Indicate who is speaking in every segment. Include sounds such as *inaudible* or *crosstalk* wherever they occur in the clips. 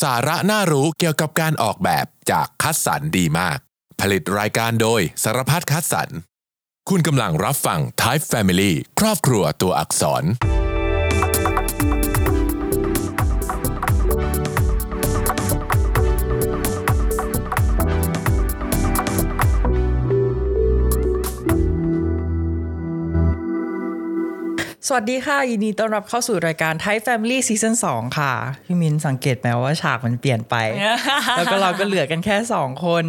Speaker 1: สาระน่ารู้เกี่ยวกับการออกแบบจากคัดสรรดีมาก ผลิตรายการโดยสารพัดคัดสรรคุณกำลังรับฟัง Type Family ครอบครัวตัวอักษร
Speaker 2: สวัสดีค่ะยินดีต้อนรับเข้าสู่รายการไทย Family ซีซั่น2ค่ะ พี่มินสังเกตไหมว่าฉากมันเปลี่ยนไป แล้วก็เราก็เหลือกันแค่ 2 คน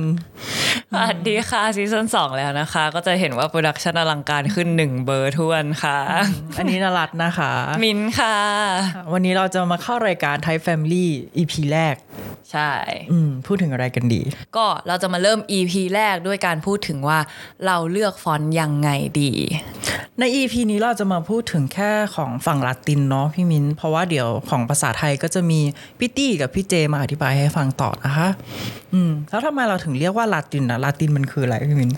Speaker 3: สวัสดีค่ะซีซั่นสองแล้วนะคะ ก็จะเห็นว่าโปรดักชันอลังการขึ้นหนึ่งเบอร์ทวนค่ะ
Speaker 2: อันนี้นรัตน์นะคะ
Speaker 3: มินค่ะ
Speaker 2: วันนี้เราจะมาเข้ารายการไทย Family EP แรก
Speaker 3: ใช่
Speaker 2: อืม พูดถึงอะไรกันดี
Speaker 3: ก็เราจะมาเริ่ม EP แรกด้วยการพูดถึงว่าเราเลือกฟอนต์ยังไงดี
Speaker 2: ใน EP นี้เราจะมาพูดถึงแค่ของฝั่งลาตินเนาะพี่มิน เพราะว่าเดี๋ยวของภาษาไทยก็จะมีพี่ตี้กับพี่เจมาอธิบายให้ฟังต่อนะคะ อืม แล้วทำไมเราถึงเรียกว่าลาตินนะลาตินมันคืออะไรพี่มิน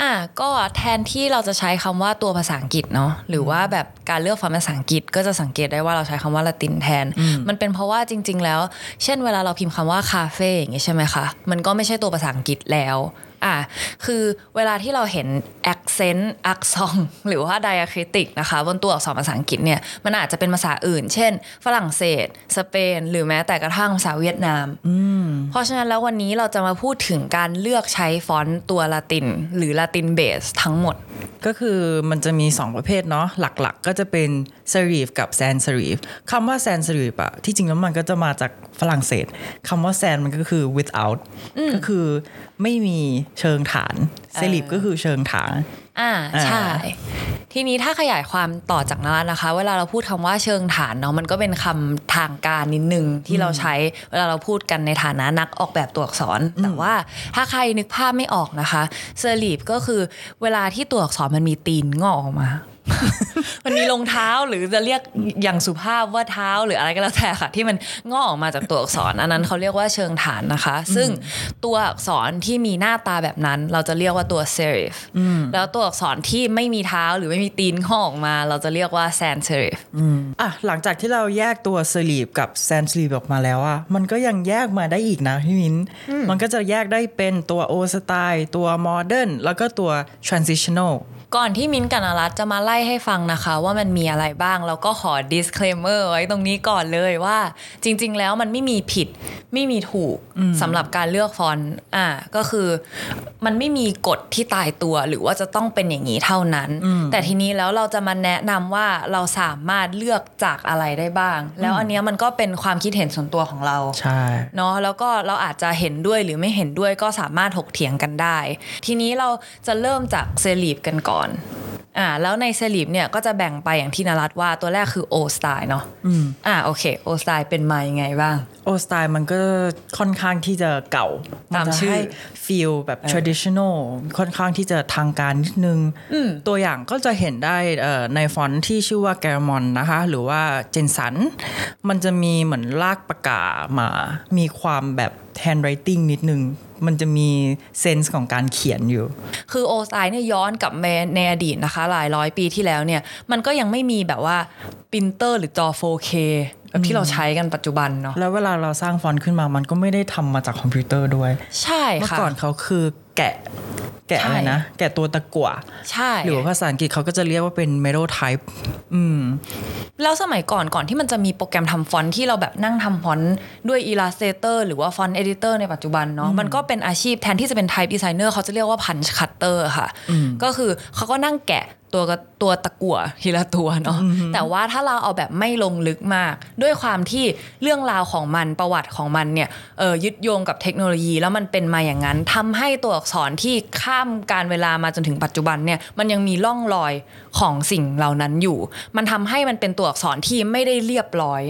Speaker 3: อ่ะก็แทนที่เราจะใช้คำว่าตัวภาษาอังกฤษเนาะหรือว่าแบบการเลือกฟอนต์ภาษาอังกฤษก็จะสังเกตได้ว่าเราใช้คำว่าละตินแทน มันเป็นเพราะว่าจริง ๆ แล้ว เช่นเวลาเราพิมพ์คำว่าคาเฟ่อย่างเงี้ยใช่ไหมคะมันก็ไม่ใช่ตัวภาษาอังกฤษแล้วอ่ะคือเวลาที่เราเห็น accent *laughs* อักซองหรือว่า diacritic นะคะบนตัวอักษรภาษาอังกฤษเนี่ยมันอาจจะเป็นภาษาอื่น เช่น ฝรั่งเศส สเปน หรือแม้แต่กระทั่งภาษาเวียดนาม เพราะฉะนั้นแล้ววันนี้เราจะมาพูดถึงการเลือกใช้ฟอนต์ตัวละติน หรือละตินเบสทั้งหมด
Speaker 2: ก็คือมันจะมี 2 ประเภทเนาะหลักๆก็จะเป็น s e r i f กับ sans s e r i f คำว่า sans s e r i f อะที่จริงแล้วมันก็จะมาจากฝรั่งเศสคำว่า sans มันก็คือ without ก็คือไม่มีเชิงฐาน s e r i f ก็คือเชิงฐาน
Speaker 3: อ่า
Speaker 2: อ่า
Speaker 3: ใช่ ทีนี้ถ้าขยายความต่อจากนั้นนะคะ เวลาเราพูดคำว่าเชิงฐานเนาะมันก็เป็นคำทางการนิดนึงที่เราใช้เวลาเราพูดกันในฐานะนักออกแบบตัวอักษร แต่ว่าถ้าใครนึกภาพไม่ออกนะคะเซอร์ลีฟก็คือเวลาที่ตัวอักษรมันมีตีนงอกออกมา มันมีรองเท้าหรือจะเรียกอย่างสุภาพว่าเท้าหรืออะไรก็แล้วแต่ค่ะ ที่มันงอกออกมาจากตัวอักษร อันนั้นเขาเรียกว่าเชิงฐานนะคะ ซึ่งตัวอักษรที่มีหน้าตาแบบนั้น เราจะเรียกว่าตัว serif แล้วตัวอักษรที่ไม่มีเท้าหรือไม่มีตีนงอกออกมา เราจะเรียกว่า sans serif
Speaker 2: อ่ะหลังจากที่เราแยกตัว s e r i f กับ sans s e r i f ออกมาแล้วอะมันก็ยังแยกมาได้อีกนะพี่มิ้น มันก็จะแยกได้เป็นตัว o style ตัว modern แล้วก็ตัว transitional
Speaker 3: ก่อนที่มิ้นท์กับนรัตน์จะมาไล่ให้ฟังนะคะ ว่ามันมีอะไรบ้าง แล้วก็ขอ disclaimer ไว้ตรงนี้ก่อนเลยว่า จริง ๆ แล้วมันไม่มีผิดไม่มีถูกสำหรับการเลือกฟอนต์อ่าก็คือมันไม่มีกฎที่ตายตัวหรือว่าจะต้องเป็นอย่างนี้เท่านั้น แต่ทีนี้แล้วเราจะมาแนะนำว่าเราสามารถเลือกจากอะไรได้บ้าง แล้วอันเนี้ยมันก็เป็นความคิดเห็นส่วนตัวของเรา
Speaker 2: ใช่
Speaker 3: เนาะแล้วก็เราอาจจะเห็นด้วยหรือไม่เห็นด้วยก็สามารถถกเถียงกันได้ ทีนี้เราจะเริ่มจากเซรีฟกันก่อนอ่าแล้วในเซรีฟเนี่ยก็จะแบ่งไปอย่างที่นรัตว่าตัวแรกคือโอสไตล์เนาะอ่าโอเคโอสไตล์เป็นมายังไงบ้าง
Speaker 2: โอสไตล์มันก็ค่อนข้างที่จะเก่า
Speaker 3: ตา
Speaker 2: น
Speaker 3: ม
Speaker 2: จะ
Speaker 3: ชื่อ
Speaker 2: ให้ฟีลแบบ traditional ค่อนข้างที่จะทางการนิดนึง ตัวอย่างก็จะเห็นได้เอ่อในฟอนต์ที่ชื่อว่าแกรมอนนะคะ หรือว่าเจนสัน มันจะมีเหมือนลากปากกามา มีความแบบ handwriting นิดนึง มันจะมีเซนส์ของการเขียนอยู่
Speaker 3: คือโอสไตล์เนี่ยย้อนกลับมาในอดีตนะคะ หลายร้อยปีที่แล้วเนี่ยมันก็ยังไม่มีแบบว่าปรินเตอร์หรือจอ 4K แบบที่เราใช้กันปัจจุบันเนาะ
Speaker 2: แล้วเวลาเราสร้างฟอนต์ขึ้นมา มันก็ไม่ได้ทำมาจากคอมพิวเตอร์ด้วย
Speaker 3: ใช่
Speaker 2: เมื่อ
Speaker 3: ค่ะ
Speaker 2: ก่อนเขาคือแกะ แกะอะไร
Speaker 3: ใช่
Speaker 2: นะ แกะตัวตะกั่ว
Speaker 3: ใช่
Speaker 2: หรือว่าภาษาอังกฤษเขาก็จะเรียกว่าเป็น metal type อืม
Speaker 3: แล้วสมัยก่อนก่อนที่มันจะมีโปรแกรมทำฟอนต์ที่เราแบบนั่งทำฟอนต์ด้วย Illustrator หรือว่าฟอนต์ Editor ในปัจจุบันเนาะมันก็เป็นอาชีพแทนที่จะเป็น Type Designer เขาจะเรียกว่า Punch Cutter ค่ะ ก็คือเขาก็นั่งแกะตัวกระตัวตะกั่วทีละตัวเนาะแต่ว่าถ้าเราเอาแบบไม่ลงลึกมาก ด้วยความที่เรื่องราวของมันประวัติของมันเนี่ยเออยึดโยงกับเทคโนโลยีแล้วมันเป็นมาอย่างนั้นทำให้ตัวอักษรที่ข้ามการเวลามาจนถึงปัจจุบันเนี่ยมันยังมีร่องรอยของสิ่งเหล่านั้นอยู่ มันทำให้มันเป็นตัวอักษรที่ไม่ได้เรียบร้อย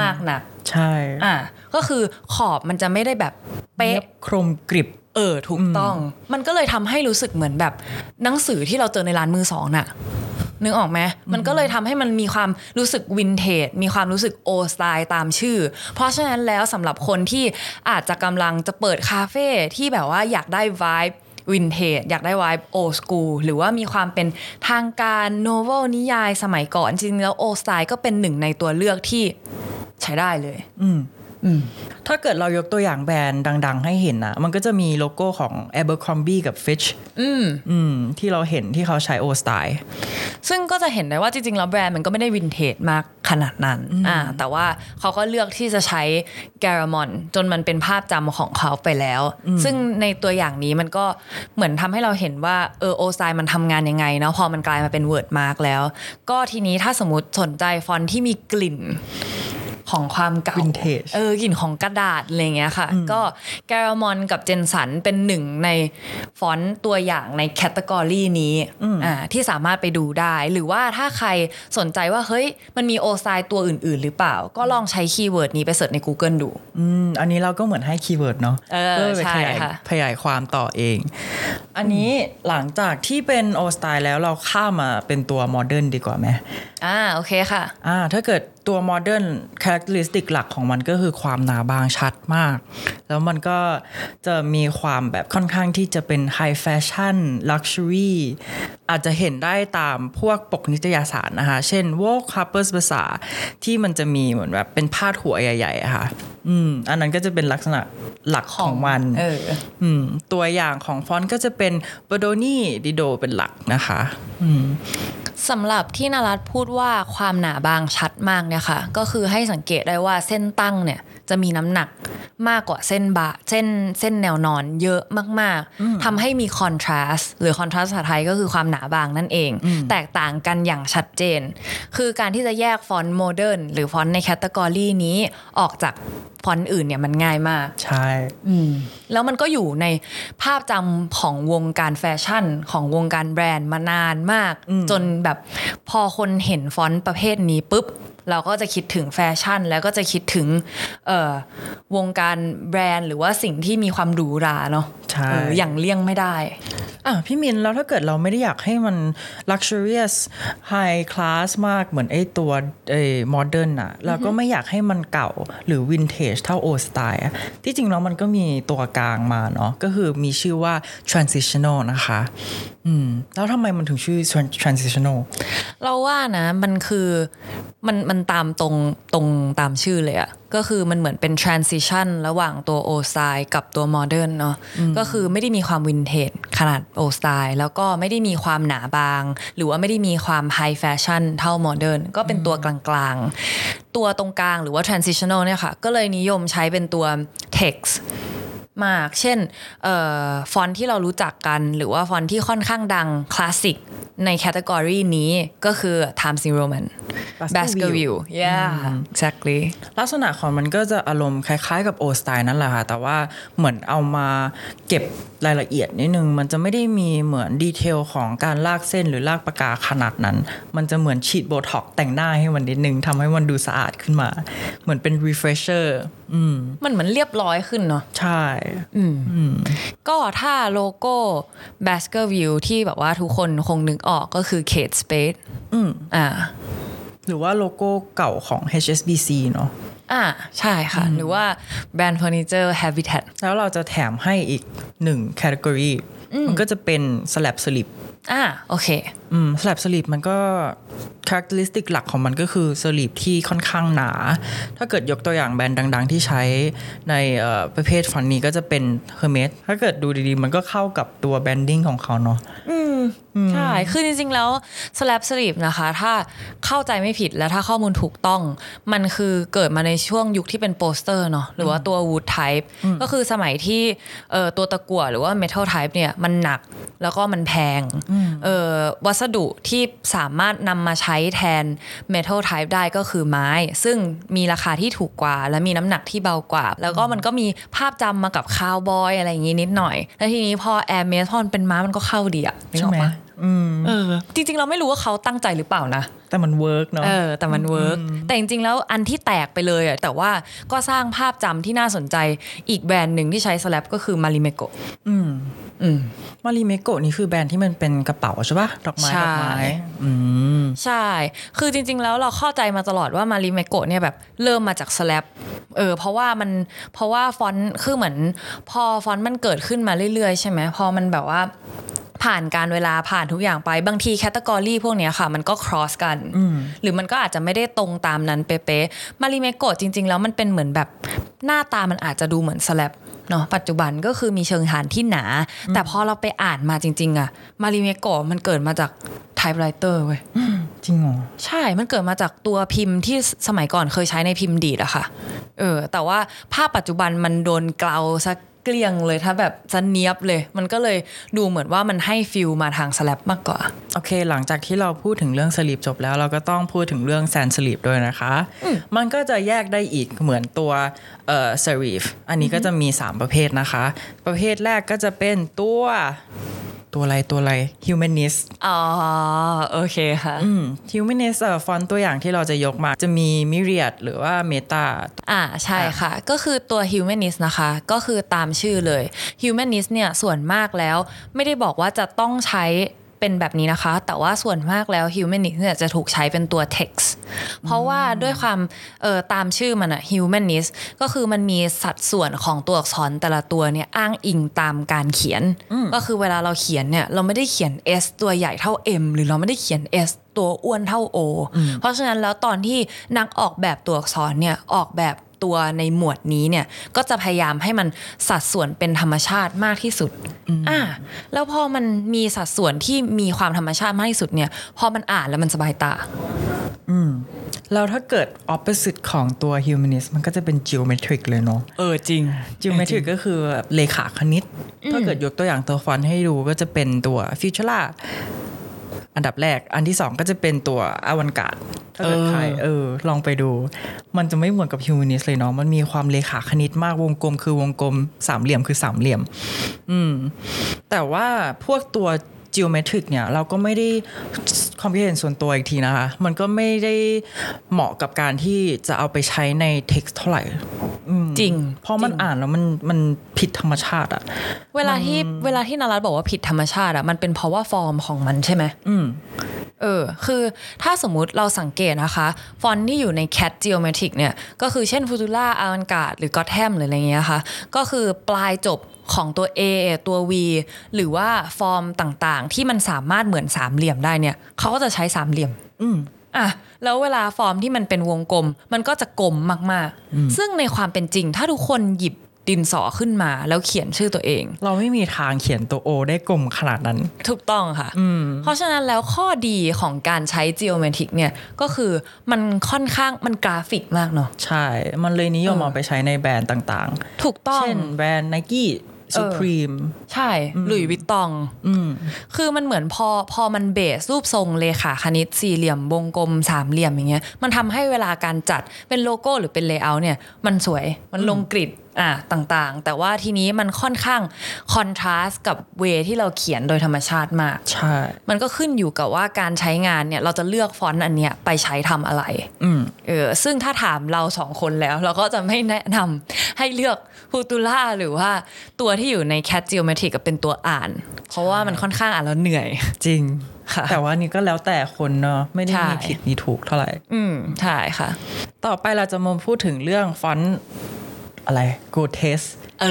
Speaker 3: มากนัก
Speaker 2: ใช่
Speaker 3: อ่ะก็คือขอบมันจะไม่ได้แบบเป๊ะ
Speaker 2: เย็บโครมกริบ
Speaker 3: เออถูกต้อง มันก็เลยทำให้รู้สึกเหมือนแบบหนังสือที่เราเจอในร้านมือสองน่ะนึกออกไหมมันก็เลยทำให้มันมีความรู้สึกวินเทจมีความรู้สึกโอสไตล์ตามชื่อ เพราะฉะนั้นแล้วสำหรับคนที่อาจจะกำลังจะเปิดคาเฟ่ที่แบบว่าอยากได้ vibe วินเทจอยากได้ vibe old school หรือว่ามีความเป็นทางการโนเวลนิยายสมัยก่อนจริงๆแล้วโอสไตล์ก็เป็นหนึ่งในตัวเลือกที่ใช้ได้เลย
Speaker 2: อืม ถ้าเกิดเรายกตัวอย่างแบรนด์ดัง ๆ ให้เห็นนะมันก็จะมีโลโก้ของ Abercrombie กับ Fitch
Speaker 3: อืม
Speaker 2: อืมที่เราเห็นที่เขาใช้โอสไตล์
Speaker 3: ซึ่งก็จะเห็นได้ว่าจริงๆ แล้วแบรนด์มันก็ไม่ได้วินเทจมากขนาดนั้นอ่าแต่ว่าเขาก็เลือกที่จะใช้แกรมอนจนมันเป็นภาพจำของเขาไปแล้ว ซึ่งในตัวอย่างนี้มันก็เหมือนทำให้เราเห็นว่าเออโอไซมันทำงานยังไงเนาะพอมันกลายมาเป็นเวิร์ดมาร์กแล้ว ก็ทีนี้ถ้าสมมติสนใจฟอนต์ที่มีกลิ่นของความเก่า
Speaker 2: Vintage
Speaker 3: เออกลิ่นของกระดาษอะไรเงี้ยค่ะ ก็แกรมอนกับเจนสันเป็นหนึ่งในฟอนต์ตัวอย่างในแคตตากรีนี้อ่าที่สามารถไปดูได้ หรือว่าถ้าใครสนใจว่าเฮ้ยมันมีโอไซตัวอื่น ๆ หรือเปล่า ก็ลองใช้คีย์เวิร์ดนี้ไปเสิร์ชใน Google ดู
Speaker 2: อืมอันนี้เราก็เหมือนให้คีย์เวิร์ดเนาะ
Speaker 3: เออ
Speaker 2: พื่ไป
Speaker 3: ใช่
Speaker 2: ขยาย
Speaker 3: ค่ะ
Speaker 2: ขยายความต่อเอง อันนี้หลังจากที่เป็นโอสไตล์แล้วเราข้ามมาเป็นตัวโมเดิร์นดีกว่าไหม
Speaker 3: อ่าโอเคค่ะ
Speaker 2: อ่าถ้าเกิดตัวโมเดิร์นคุณลักษณะหลักของมันก็คือความหนาบางชัดมาก แล้วมันก็จะมีความแบบค่อนข้างที่จะเป็นไฮแฟชั่นลักชัวรี่อาจจะเห็นได้ตามพวกปกนิตยสารนะคะ เช่น Vogue Harper's Bazaar ที่มันจะมีเหมือนแบบเป็นพาดหัวใหญ่ๆอะค่ะอืมอันนั้นก็จะเป็นลักษณะหลักของมัน
Speaker 3: เออ
Speaker 2: อืมตัวอย่างของฟอนต์ก็จะเป็นบโดนี่ดิโดเป็นหลักนะคะ
Speaker 3: สำหรับที่นรัตน์พูดว่าความหนาบางชัดมากเนี่ยค่ะ ก็คือให้สังเกตได้ว่าเส้นตั้งเนี่ยจะมีน้ำหนักมากกว่าเส้นบะเส้นเส้นแนวนอนเยอะมากๆทำให้มีคอนทราสหรือคอนทราสภาษาไทยก็คือความหนาบางนั่นเอง แตกต่างกันอย่างชัดเจน คือการที่จะแยกฟอนต์โมเดิร์นหรือฟอนต์ในแคตตากรีนี้ออกจากฟอนต์อื่นเนี่ยมันง่ายมาก
Speaker 2: ใช่
Speaker 3: แล้วมันก็อยู่ในภาพจำของวงการแฟชั่นของวงการแบรนด์มานานมาก จนแบบพอคนเห็นฟอนต์ประเภทนี้ปุ๊บ เราก็จะคิดถึงแฟชั่น แล้วก็จะคิดถึงเอ่อวงการแบรนด์หรือว่าสิ่งที่มีความหรูหราเนาะ
Speaker 2: ใช่
Speaker 3: เอออย่างเลี่ยงไม่ได้
Speaker 2: อ่ะพี่มินแล้วถ้าเกิดเราไม่ได้อยากให้มัน luxurious high class มากเหมือนไอ้ตัวเอ้ modern อะแล้วก็ไม่อยากให้มันเก่าหรือ vintage เท่า old style อะที่จริงแล้วมันก็มีตัวกลางมาเนาะก็คือมีชื่อว่า transitional นะคะอืมแล้วทำไมมันถึงชื่อ tran- transitional
Speaker 3: เราว่านะมันคือมันมันตามตรงตรงตามชื่อเลยอะก็คือมันเหมือนเป็น transition ระหว่างตัวโอ t y ซกับตัวโมเดิร์นเนาะก็คือไม่ได้มีความวินเทจขนาดโอ t y ซแล้วก็ไม่ได้มีความหนาบาง หรือว่าไม่ได้มีความ high fashion เท่าโมเดิร์นก็เป็นตัวกลางๆ ตัวตรงกลางหรือว่า transitional เนี่ยค่ะ ก็เลยนิยมใช้เป็นตัว text มาก เช่นเออฟอนต์ที่เรารู้จักกัน หรือว่าฟอนต์ที่ค่อนข้างดัง คลาสสิก ในแคตตากรีนี้ก็คือ Times New Roman
Speaker 2: Baskerville
Speaker 3: Baskerville yeah exactly
Speaker 2: ลักษณะของมันก็จะอารมณ์คล้ายๆกับโอสไตล์นั่นแหละค่ะ แต่ว่าเหมือนเอามาเก็บรายละเอียดนิดนึง มันจะไม่ได้มีเหมือนดีเทลของการลากเส้นหรือลากปากกาขนาดนั้น มันจะเหมือนฉีดโบท็อกซ์แต่งหน้าให้มันนิดนึงทำให้มันดูสะอาดขึ้นมา เหมือนเป็น refresher อืม
Speaker 3: มันเหมือนเรียบร้อยขึ้นเนาะ
Speaker 2: ใช่
Speaker 3: ก็ถ้าโลโก้ Baskerville ที่แบบว่าทุกคนคงนึกออกก็คือ Kate Spade อ่า
Speaker 2: หรือว่าโลโก้เก่าของ HSBC เนอะ
Speaker 3: อ่า ใช่ค่ะ หรือว่าแบรนด์เฟอร์นิเจอร์ Habitat
Speaker 2: แล้วเราจะแถมให้อีกหนึ่ง category มันก็จะเป็น slab slip
Speaker 3: อ่า โอเค
Speaker 2: อืมสลับสลีปมันก็คุณลักษณะหลักของมันก็คือสลีปที่ค่อนข้างหนา ถ้าเกิดยกตัวอย่างแบรนด์ดัง ๆ ที่ใช้ในเอ่อประเภทฟอนต์นี้ก็จะเป็น Hermes ถ้าเกิดดูดีๆ มันก็เข้ากับตัวแบรนดิ้งของเขาเนาะ
Speaker 3: ใช่ คือจริงๆ แล้ว slap sleep นะคะ ถ้าเข้าใจไม่ผิดและถ้าข้อมูลถูกต้อง มันคือเกิดมาในช่วงยุคที่เป็นโปสเตอร์เนาะ หรือว่าตัว wood type ก็คือสมัยที่เอ่อตัวตะกั่วหรือว่า metal type เนี่ย มันหนักแล้วก็มันแพง เอ่อวัสดุที่สามารถนำมาใช้แทน metal type ได้ก็คือไม้ ซึ่งมีราคาที่ถูกกว่า และมีน้ำหนักที่เบากว่า แล้วก็มันก็มีภาพจำมากับคาวบอยอะไรอย่างงี้นิดหน่อย แล้วทีนี้พอ air m e t พอมันเป็นไม้มันก็เข้าดีอะนึกออกปะ เออจริงๆ เราไม่รู้ว่าเขาตั้งใจหรือเปล่านะ
Speaker 2: แต่มันเวิร์กเนาะ
Speaker 3: เออ แต่มันเวิร์กแต่จริงๆ แล้วอันที่แตกไปเลยอ่ะแต่ว่าก็สร้างภาพจำที่น่าสนใจอีกแบรนด์หนึ่งที่ใช้สแลปก็คือมาริเมโกะอืม
Speaker 2: มารีเมโกะนี่คือแบรนด์ที่มันเป็นกระเป๋าใช่ปะดอกไม้
Speaker 3: ใช่
Speaker 2: ดอกไม้อืม
Speaker 3: ใช่ คือจริงๆ แล้วเราเข้าใจมาตลอดว่ามาริเมโกะเนี่ยแบบเริ่มมาจากสแลปเออเพราะว่ามันเพราะว่าฟอนต์คือเหมือน พอฟอนต์มันเกิดขึ้นมาเรื่อยๆ ใช่ไหมพอมันแบบว่า ผ่านการเวลาผ่านทุกอย่างไปบางทีแคตตากรีพวกเนี้ยค่ะ มันก็ cross กัน หรือมันก็อาจจะไม่ได้ตรงตามนั้นเป๊ะๆมาริเมโกะจริง ๆ แล้วมันเป็นเหมือนแบบหน้าตามันอาจจะดูเหมือนสแลบเนาะปัจจุบันก็คือมีเชิงหานที่หนา แต่พอเราไปอ่านมาจริง ๆอะมาริเมโกะมันเกิดมาจากไทป์ไรเตอร์เว้ย
Speaker 2: จริงเหรอ
Speaker 3: ใช่ มันเกิดมาจากตัวพิมพ์ที่สมัยก่อนเคยใช้ในพิมพ์ดีดอะค่ะ เออ แต่ว่าภาพปัจจุบันมันโดนเกลาซะเกลี้ยงเลยถ้าแบบซะเนียบเลย มันก็เลยดูเหมือนว่ามันให้ฟิลมาทางสแลปมากกว่า
Speaker 2: โอเค หลังจากที่เราพูดถึงเรื่องสลีปจบแล้ว เราก็ต้องพูดถึงเรื่องแซนสลีปด้วยนะคะ มันก็จะแยกได้อีกเหมือนตัวเอ่อสลีฟอันนี้ก็จะมี 3 ประเภทนะคะ ประเภทแรกก็จะเป็นตัวตัวอะไรตัวอะไร humanist
Speaker 3: อ๋อ โอเคค่ะ
Speaker 2: อืม humanist ฟอนต์ตัวอย่างที่เราจะยกมาจะมี myriad หรือว่า meta
Speaker 3: อ่าใช่ค่ะ ก็คือตัว humanist นะคะ ก็คือตามชื่อเลย humanist เนี่ยส่วนมากแล้วไม่ได้บอกว่าจะต้องใช้เป็นแบบนี้นะคะ แต่ว่าส่วนมากแล้ว humanist เนี่ยจะถูกใช้เป็นตัว text เพราะว่าด้วยความเอ่อตามชื่อมันอะ humanist ก็คือมันมีสัดส่วนของตัวอักษรแต่ละตัวเนี่ยอ้างอิงตามการเขียน ก็คือเวลาเราเขียนเนี่ยเราไม่ได้เขียน s ตัวใหญ่เท่า m หรือเราไม่ได้เขียน s ตัวอ้วนเท่า O เพราะฉะนั้นแล้วตอนที่นักออกแบบตัวอักษรเนี่ยออกแบบตัวในหมวดนี้เนี่ยก็จะพยายามให้มันสัดส่วนเป็นธรรมชาติมากที่สุดอ่าแล้วพอมันมีสัดส่วนที่มีความธรรมชาติมากที่สุดเนี่ยพอมันอ่านแล้วมันสบายตา
Speaker 2: แล้วถ้าเกิด opposite ของตัว humanist มันก็จะเป็น geometric เลยเนาะ
Speaker 3: เออจริง
Speaker 2: geometric ก็คือแบบเลขาคณิต ถ้าเกิดยกตัวอย่างตัวฟอนต์ให้ดูก็จะเป็นตัว futura อันดับแรก อันที่สองก็จะเป็นตัวอวันการ์ดถ้าเกิดใครเออ ลองไปดู มันจะไม่เหมือนกับฮิวแมนิสเลยเนาะ มันมีความเลขาคณิตมากวงกลม คือวงกลม สามเหลี่ยมคือสามเหลี่ยม อืม แต่ว่าพวกตัว geometric เนี่ย เราก็ไม่ได้ความคิดเห็นส่วนตัวอีกทีนะคะ มันก็ไม่ได้เหมาะกับการที่จะเอาไปใช้ใน text เท่าไหร่
Speaker 3: จริง
Speaker 2: เพราะมันอ่านแล้วมันมันผิดธรรมชาติอ่ะ
Speaker 3: เวลาที่เวลาที่นารัตบอกว่าผิดธรรมชาติอะมันเป็นเพราะว่าฟอร์มของมันใช่ไหม
Speaker 2: อืม
Speaker 3: เออ คือถ้าสมมุติเราสังเกตนะคะ ฟอนต์ที่อยู่ใน Cat Geometric เนี่ย ก็คือเช่นฟูตูล่าอาวันกาดหรือก็แทมหรืออะไรเงี้ยค่ะ ก็คือปลายจบของตัว A ตัว V หรือว่าฟอร์มต่างๆ ที่มันสามารถเหมือนสามเหลี่ยมได้เนี่ยเขาก็จะใช้สามเหลี่ยม
Speaker 2: อืม
Speaker 3: อ่ะแล้วเวลาฟอร์มที่มันเป็นวงกลม มันก็จะกลมมากๆ ซึ่งในความเป็นจริง ถ้าทุกคนหยิบดินสอขึ้นมา แล้วเขียนชื่อตัวเอง
Speaker 2: เราไม่มีทางเขียนตัวโอได้กลมขนาดนั้น
Speaker 3: ถูกต้องค่ะ เพราะฉะนั้นแล้วข้อดีของการใช้ geometric เนี่ยก็คือมันค่อนข้างมันกราฟิกมากเนาะ
Speaker 2: ใช่ มันเลยนิยม
Speaker 3: เออ
Speaker 2: เอาไปใช้ในแบรนด์ต่าง
Speaker 3: ถูก
Speaker 2: ๆ
Speaker 3: ต้อง
Speaker 2: เช่นแบรนด์ n นกี้ซูพรีม
Speaker 3: ใช่หลุยส์วิตตอง
Speaker 2: อืม
Speaker 3: คือมันเหมือนพอพอมันเบสรูปทรงเลขาคณิตสี่เหลี่ยมวงกลมสามเหลี่ยมอย่างเงี้ยมันทำให้เวลาการจัดเป็นโลโก้หรือเป็นเลเยอร์เนี่ย มันสวยมันลงกริดอ่ะต่างๆ แต่ว่าทีนี้มันค่อนข้างคอนทราสกับเวที่เราเขียนโดยธรรมชาติมาก
Speaker 2: ใช่
Speaker 3: มันก็ขึ้นอยู่กับว่าการใช้งานเนี่ย เราจะเลือกฟอนต์อันเนี้ยไปใช้ทำอะไร
Speaker 2: อืม
Speaker 3: เออซึ่งถ้าถามเราสองคนแล้ว เราก็จะไม่แนะนำ *laughs* ให้เลือกฮูตูล่าหรือว่าตัวที่อยู่ใน Cat Geometric กับเป็นตัวอ่าน เพราะว่ามันค่อนข้างอ่านแล้วเหนื่อย
Speaker 2: จริง
Speaker 3: ค่ะ
Speaker 2: แต่ว่านี่ก็แล้วแต่คนเนาะ ไม่ได้มีผิดมีถูกเท่าไหร่
Speaker 3: อืมใช่ค่ะ
Speaker 2: ต่อไปเราจะมาพูดถึงเรื่องฟอนต์อะไร g o t e s
Speaker 3: เอ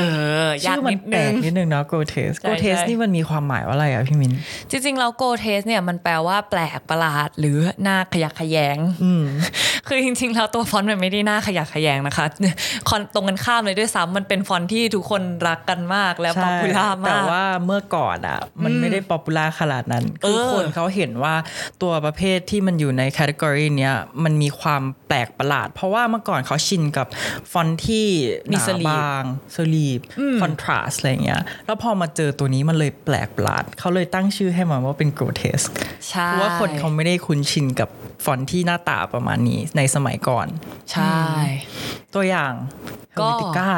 Speaker 3: อยา
Speaker 2: ชื่
Speaker 3: ก
Speaker 2: อมั
Speaker 3: นิด
Speaker 2: แปล
Speaker 3: นึ
Speaker 2: ก
Speaker 3: ง
Speaker 2: นิดนึงเนาะ g o t e s
Speaker 3: ใช่
Speaker 2: g o t e s
Speaker 3: ใช่
Speaker 2: นี่มันมีความหมายว่าอะไรอ่ะพี่มิน
Speaker 3: จริงๆแล้วโกเทสเนี่ยมันแปลว่าแปลกประหลาดหรือหน้าขยะแขยง
Speaker 2: อืม
Speaker 3: *laughs* คือจริงๆแล้วตัวฟอนต์มันไม่ได้น่าขยะแขยงนะคะ *laughs* คอนตรงกันข้ามเลยด้วยซ้ำมันเป็นฟอนต์ที่ทุกคนรักกันมากและ
Speaker 2: ใช่
Speaker 3: ป๊อปปูล่า
Speaker 2: แต่
Speaker 3: มาก
Speaker 2: ว่าเมื่อก่อนอ่ะ มันไม่ได้ป๊อปปูล่าขนาดนั้น คือ
Speaker 3: เออ
Speaker 2: คนเขาเห็นว่าตัวประเภทที่มันอยู่ในแคตตากรีเนี้ยมันมีความแปลกประหลาด เพราะว่าเมื่อก่อนเขาชินกับฟอนต์ที่หนาบางสลีปคอนทราสอะไรเงี้ย แล้วพอมาเจอตัวนี้มันเลยแปลกประหลาด เขาเลยตั้งชื่อให้มันว่าเป็น grotesque
Speaker 3: ใช่
Speaker 2: เพราะว่าคนเขาไม่ได้คุ้นชินกับฟอนต์ที่หน้าตาประมาณนี้ในสมัยก่อน
Speaker 3: ใช่
Speaker 2: ตัวอย่างเฮ
Speaker 3: ก็
Speaker 2: อร์ติก้า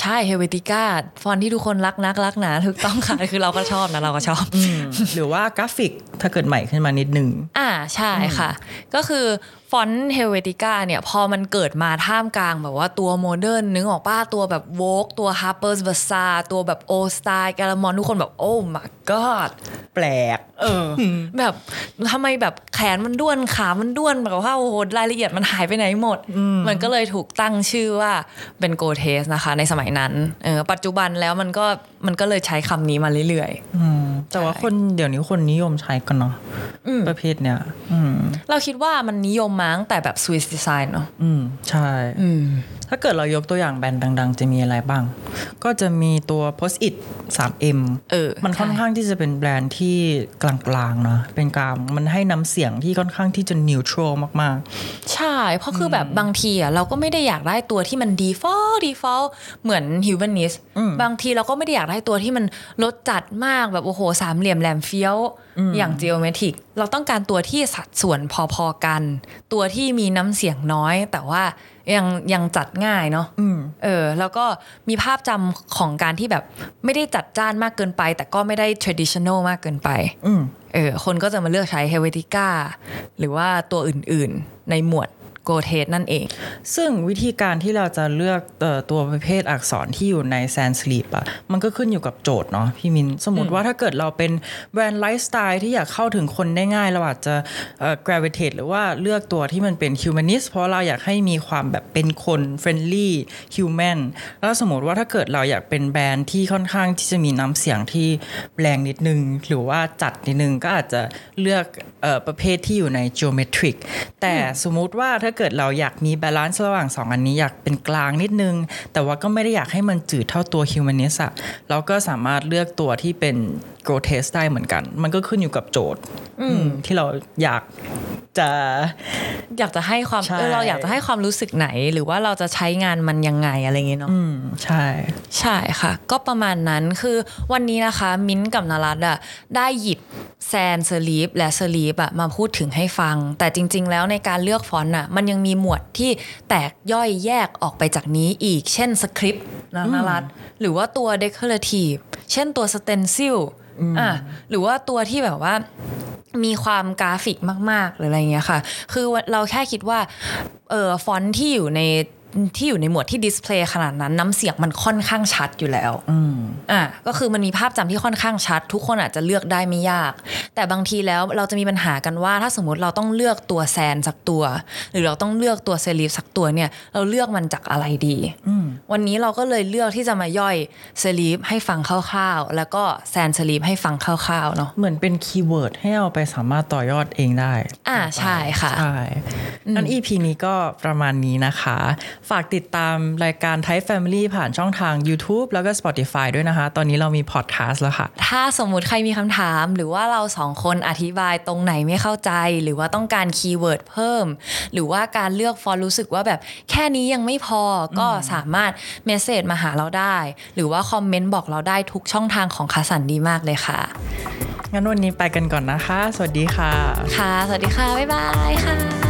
Speaker 3: ใช่เฮเวติก้าฟอนต์ที่ทุกคนรักนักรักหนาถูกต้องค่ะ *laughs* คือเราก็ชอบนะเราก็ชอบ
Speaker 2: หรือว่ากราฟิกถ้าเกิดใหม่ขึ้นมานิดนึง
Speaker 3: อ่าใช่ค่ะ ก็คือฟอนต์เฮเวติก้าเนี่ยพอมันเกิดมาท่ามกลางแบบว่าตัวโมเดิร์นนึกออกป้าตัวแบบโวกตัวฮาร์เปอร์ส a ซาตัวแบบโอสไตล์กาลมอนทุกคนแบบโอ้ my god
Speaker 2: แปลก
Speaker 3: เออแบบทำไมแบบแขนมันด้วนขามันด้วนแบบว่าโอ้โหรายละเอียดมันหายไปไหนหมด มันก็เลยถูกตั้งชื่อว่าเป็นโกเทสนะคะ ในสมัยนั้นเออปัจจุบันแล้วมันก็มันก็เลยใช้คำนี้มาเรื่อยๆ
Speaker 2: อืม แต่ว่าคนเดี๋ยวนี้คนนิยมใช้กันเนาะ
Speaker 3: อืม
Speaker 2: ประเภทเนี้ยอืม
Speaker 3: เราคิดว่ามันนิยมมาตั้งแต่แบบสวิสดีไซน์เนาะ
Speaker 2: อืมใช่ ถ้าเกิดเรายกตัวอย่างแบรนด์ดัง ๆ จะมีอะไรบ้าง ก็จะมีตัว post it 3m
Speaker 3: เออ
Speaker 2: มันค่อนข้างที่จะเป็นแบรนด์ที่กลางๆเนาะเป็นกลางมันให้น้ำเสียงที่ค่อนข้างที่จะ neutral มาก
Speaker 3: ใช่ เพราะคือแบบบางทีอ่ะเราก็ไม่ได้อยากได้ตัวที่มันดีฟอลดีฟอลเหมือนฮิวแมนนิสบางทีเราก็ไม่ได้อยากได้ตัวที่มันลดจัดมากแบบโอ้โหสามเหลี่ยมแหลมเฟี้ยวอย่างจีโอเมทริกเราต้องการตัวที่สัดส่วนพอๆกัน ตัวที่มีน้ำเสียงน้อย แต่ว่ายังยังจัดง่ายเนาะ
Speaker 2: ๆ อืม
Speaker 3: เออแล้วก็มีภาพจำของการที่แบบไม่ได้จัดจ้านมากเกินไป แต่ก็ไม่ได้ traditional มากเกินไป
Speaker 2: อืม
Speaker 3: เออคนก็จะมาเลือกใช้ Helvetica หรือว่าตัวอื่นๆ ในหมวด Go t e นั่นเอง
Speaker 2: ซึ่งวิธีการที่เราจะเลือกเอ่อตัวประเภทอักษรที่อยู่ในแซนสลีปอะมันก็ขึ้นอยู่กับโจทย์เนาะพี่มินสมมติว่าถ้าเกิดเราเป็นแบรนด์ไลฟ์สไตล์ที่อยากเข้าถึงคนได้ง่าย เราอาจจะเอ่อ gravitate หรือว่าเลือกตัวที่มันเป็น humanist เพราะเราอยากให้มีความแบบเป็นคน friendly human แล้วสมมติว่าถ้าเกิดเราอยากเป็นแบรนด์ที่ค่อนข้างที่จะมีน้ำเสียงที่แรงนิดนึง หรือว่าจัดนิดนึงก็อาจจะเลือกเอ่อประเภทที่อยู่ใน geometric แต่สมมุติว่าถ้าเกิดเราอยากมีบาลานซ์ระหว่าง 2 อันนี้อยากเป็นกลางนิดนึง แต่ว่าก็ไม่ได้อยากให้มันจืดเท่าตัว humanist อะเราก็สามารถเลือกตัวที่เป็น grotesque ได้เหมือนกัน มันก็ขึ้นอยู่กับโจทย์อืมที่เราอยากจะ
Speaker 3: อยากจะให้ความ
Speaker 2: ใช่
Speaker 3: เออเราอยากจะให้ความรู้สึกไหน หรือว่าเราจะใช้งานมันยังไงอะไรอย่างเงี้ยเนาะ
Speaker 2: อืมใช่
Speaker 3: ใช่ค่ะ ก็ประมาณนั้นคือวันนี้นะคะมิ้นท์กับนรัตน์อะได้หยิบแซนสลีปและสลีปอะมาพูดถึงให้ฟัง แต่จริง ๆ แล้วในการเลือกฟอนต์อะมันยังมีหมวดที่แตกย่อยแยกออกไปจากนี้อีก เช่นสคริปต์นะนรัตน์หรือว่าตัวเดคอเรทีฟเช่นตัวสเตนซิลอ่ะหรือว่าตัวที่แบบว่า มีความกราฟิกมาก ๆ หรืออะไรเงี้ยค่ะ คือเราแค่คิดว่า เออฟอนต์ที่อยู่ในที่อยู่ในหมวดที่ดิสเพลย์ขนาดนั้นน้ำเสียงมันค่อนข้างชัดอยู่แล้วอ่าก็คือมันมีภาพจำที่ค่อนข้างชัด ทุกคนอาจจะเลือกได้ไม่ยาก แต่บางทีแล้วเราจะมีปัญหากันว่า ถ้าสมมติเราต้องเลือกตัวแซนสักตัว หรือเราต้องเลือกตัวเซรีฟสักตัวเนี่ย เราเลือกมันจากอะไรดี วันนี้เราก็เลยเลือกที่จะมาย่อยเซรีฟให้ฟังคร่าวๆ แล้วก็แซนเซรีฟให้ฟังคร่าวๆเนาะ
Speaker 2: เหมือนเป็นคีย์เวิร์ดให้เอาไปสามารถต่อยอดเองได้
Speaker 3: อ่าใช่ค่ะ
Speaker 2: ใช่นั้น EP นี้ก็ประมาณนี้นะคะ ฝากติดตามรายการ Thai Family ผ่านช่องทาง YouTube แล้วก็ Spotify ด้วยนะคะ ตอนนี้เรามีพอดแคสต์แล้วค่ะ
Speaker 3: ถ้าสมมุติใครมีคำถามหรือว่าเราสองคนอธิบายตรงไหนไม่เข้าใจ หรือว่าต้องการคีย์เวิร์ดเพิ่ม หรือว่าการเลือกฟอนต์รู้สึกว่าแบบแค่นี้ยังไม่พอก็สามารถเมสเซจมาหาเราได้ หรือว่าคอมเมนต์บอกเราได้ทุกช่องทางของคาสันดีมากเลยค่ะ
Speaker 2: งั้นวันนี้ไปกันก่อนนะคะ สวัสดีค่ะ
Speaker 3: ค่ะ สวัสดีค่ะ บ๊ายบายค่ะ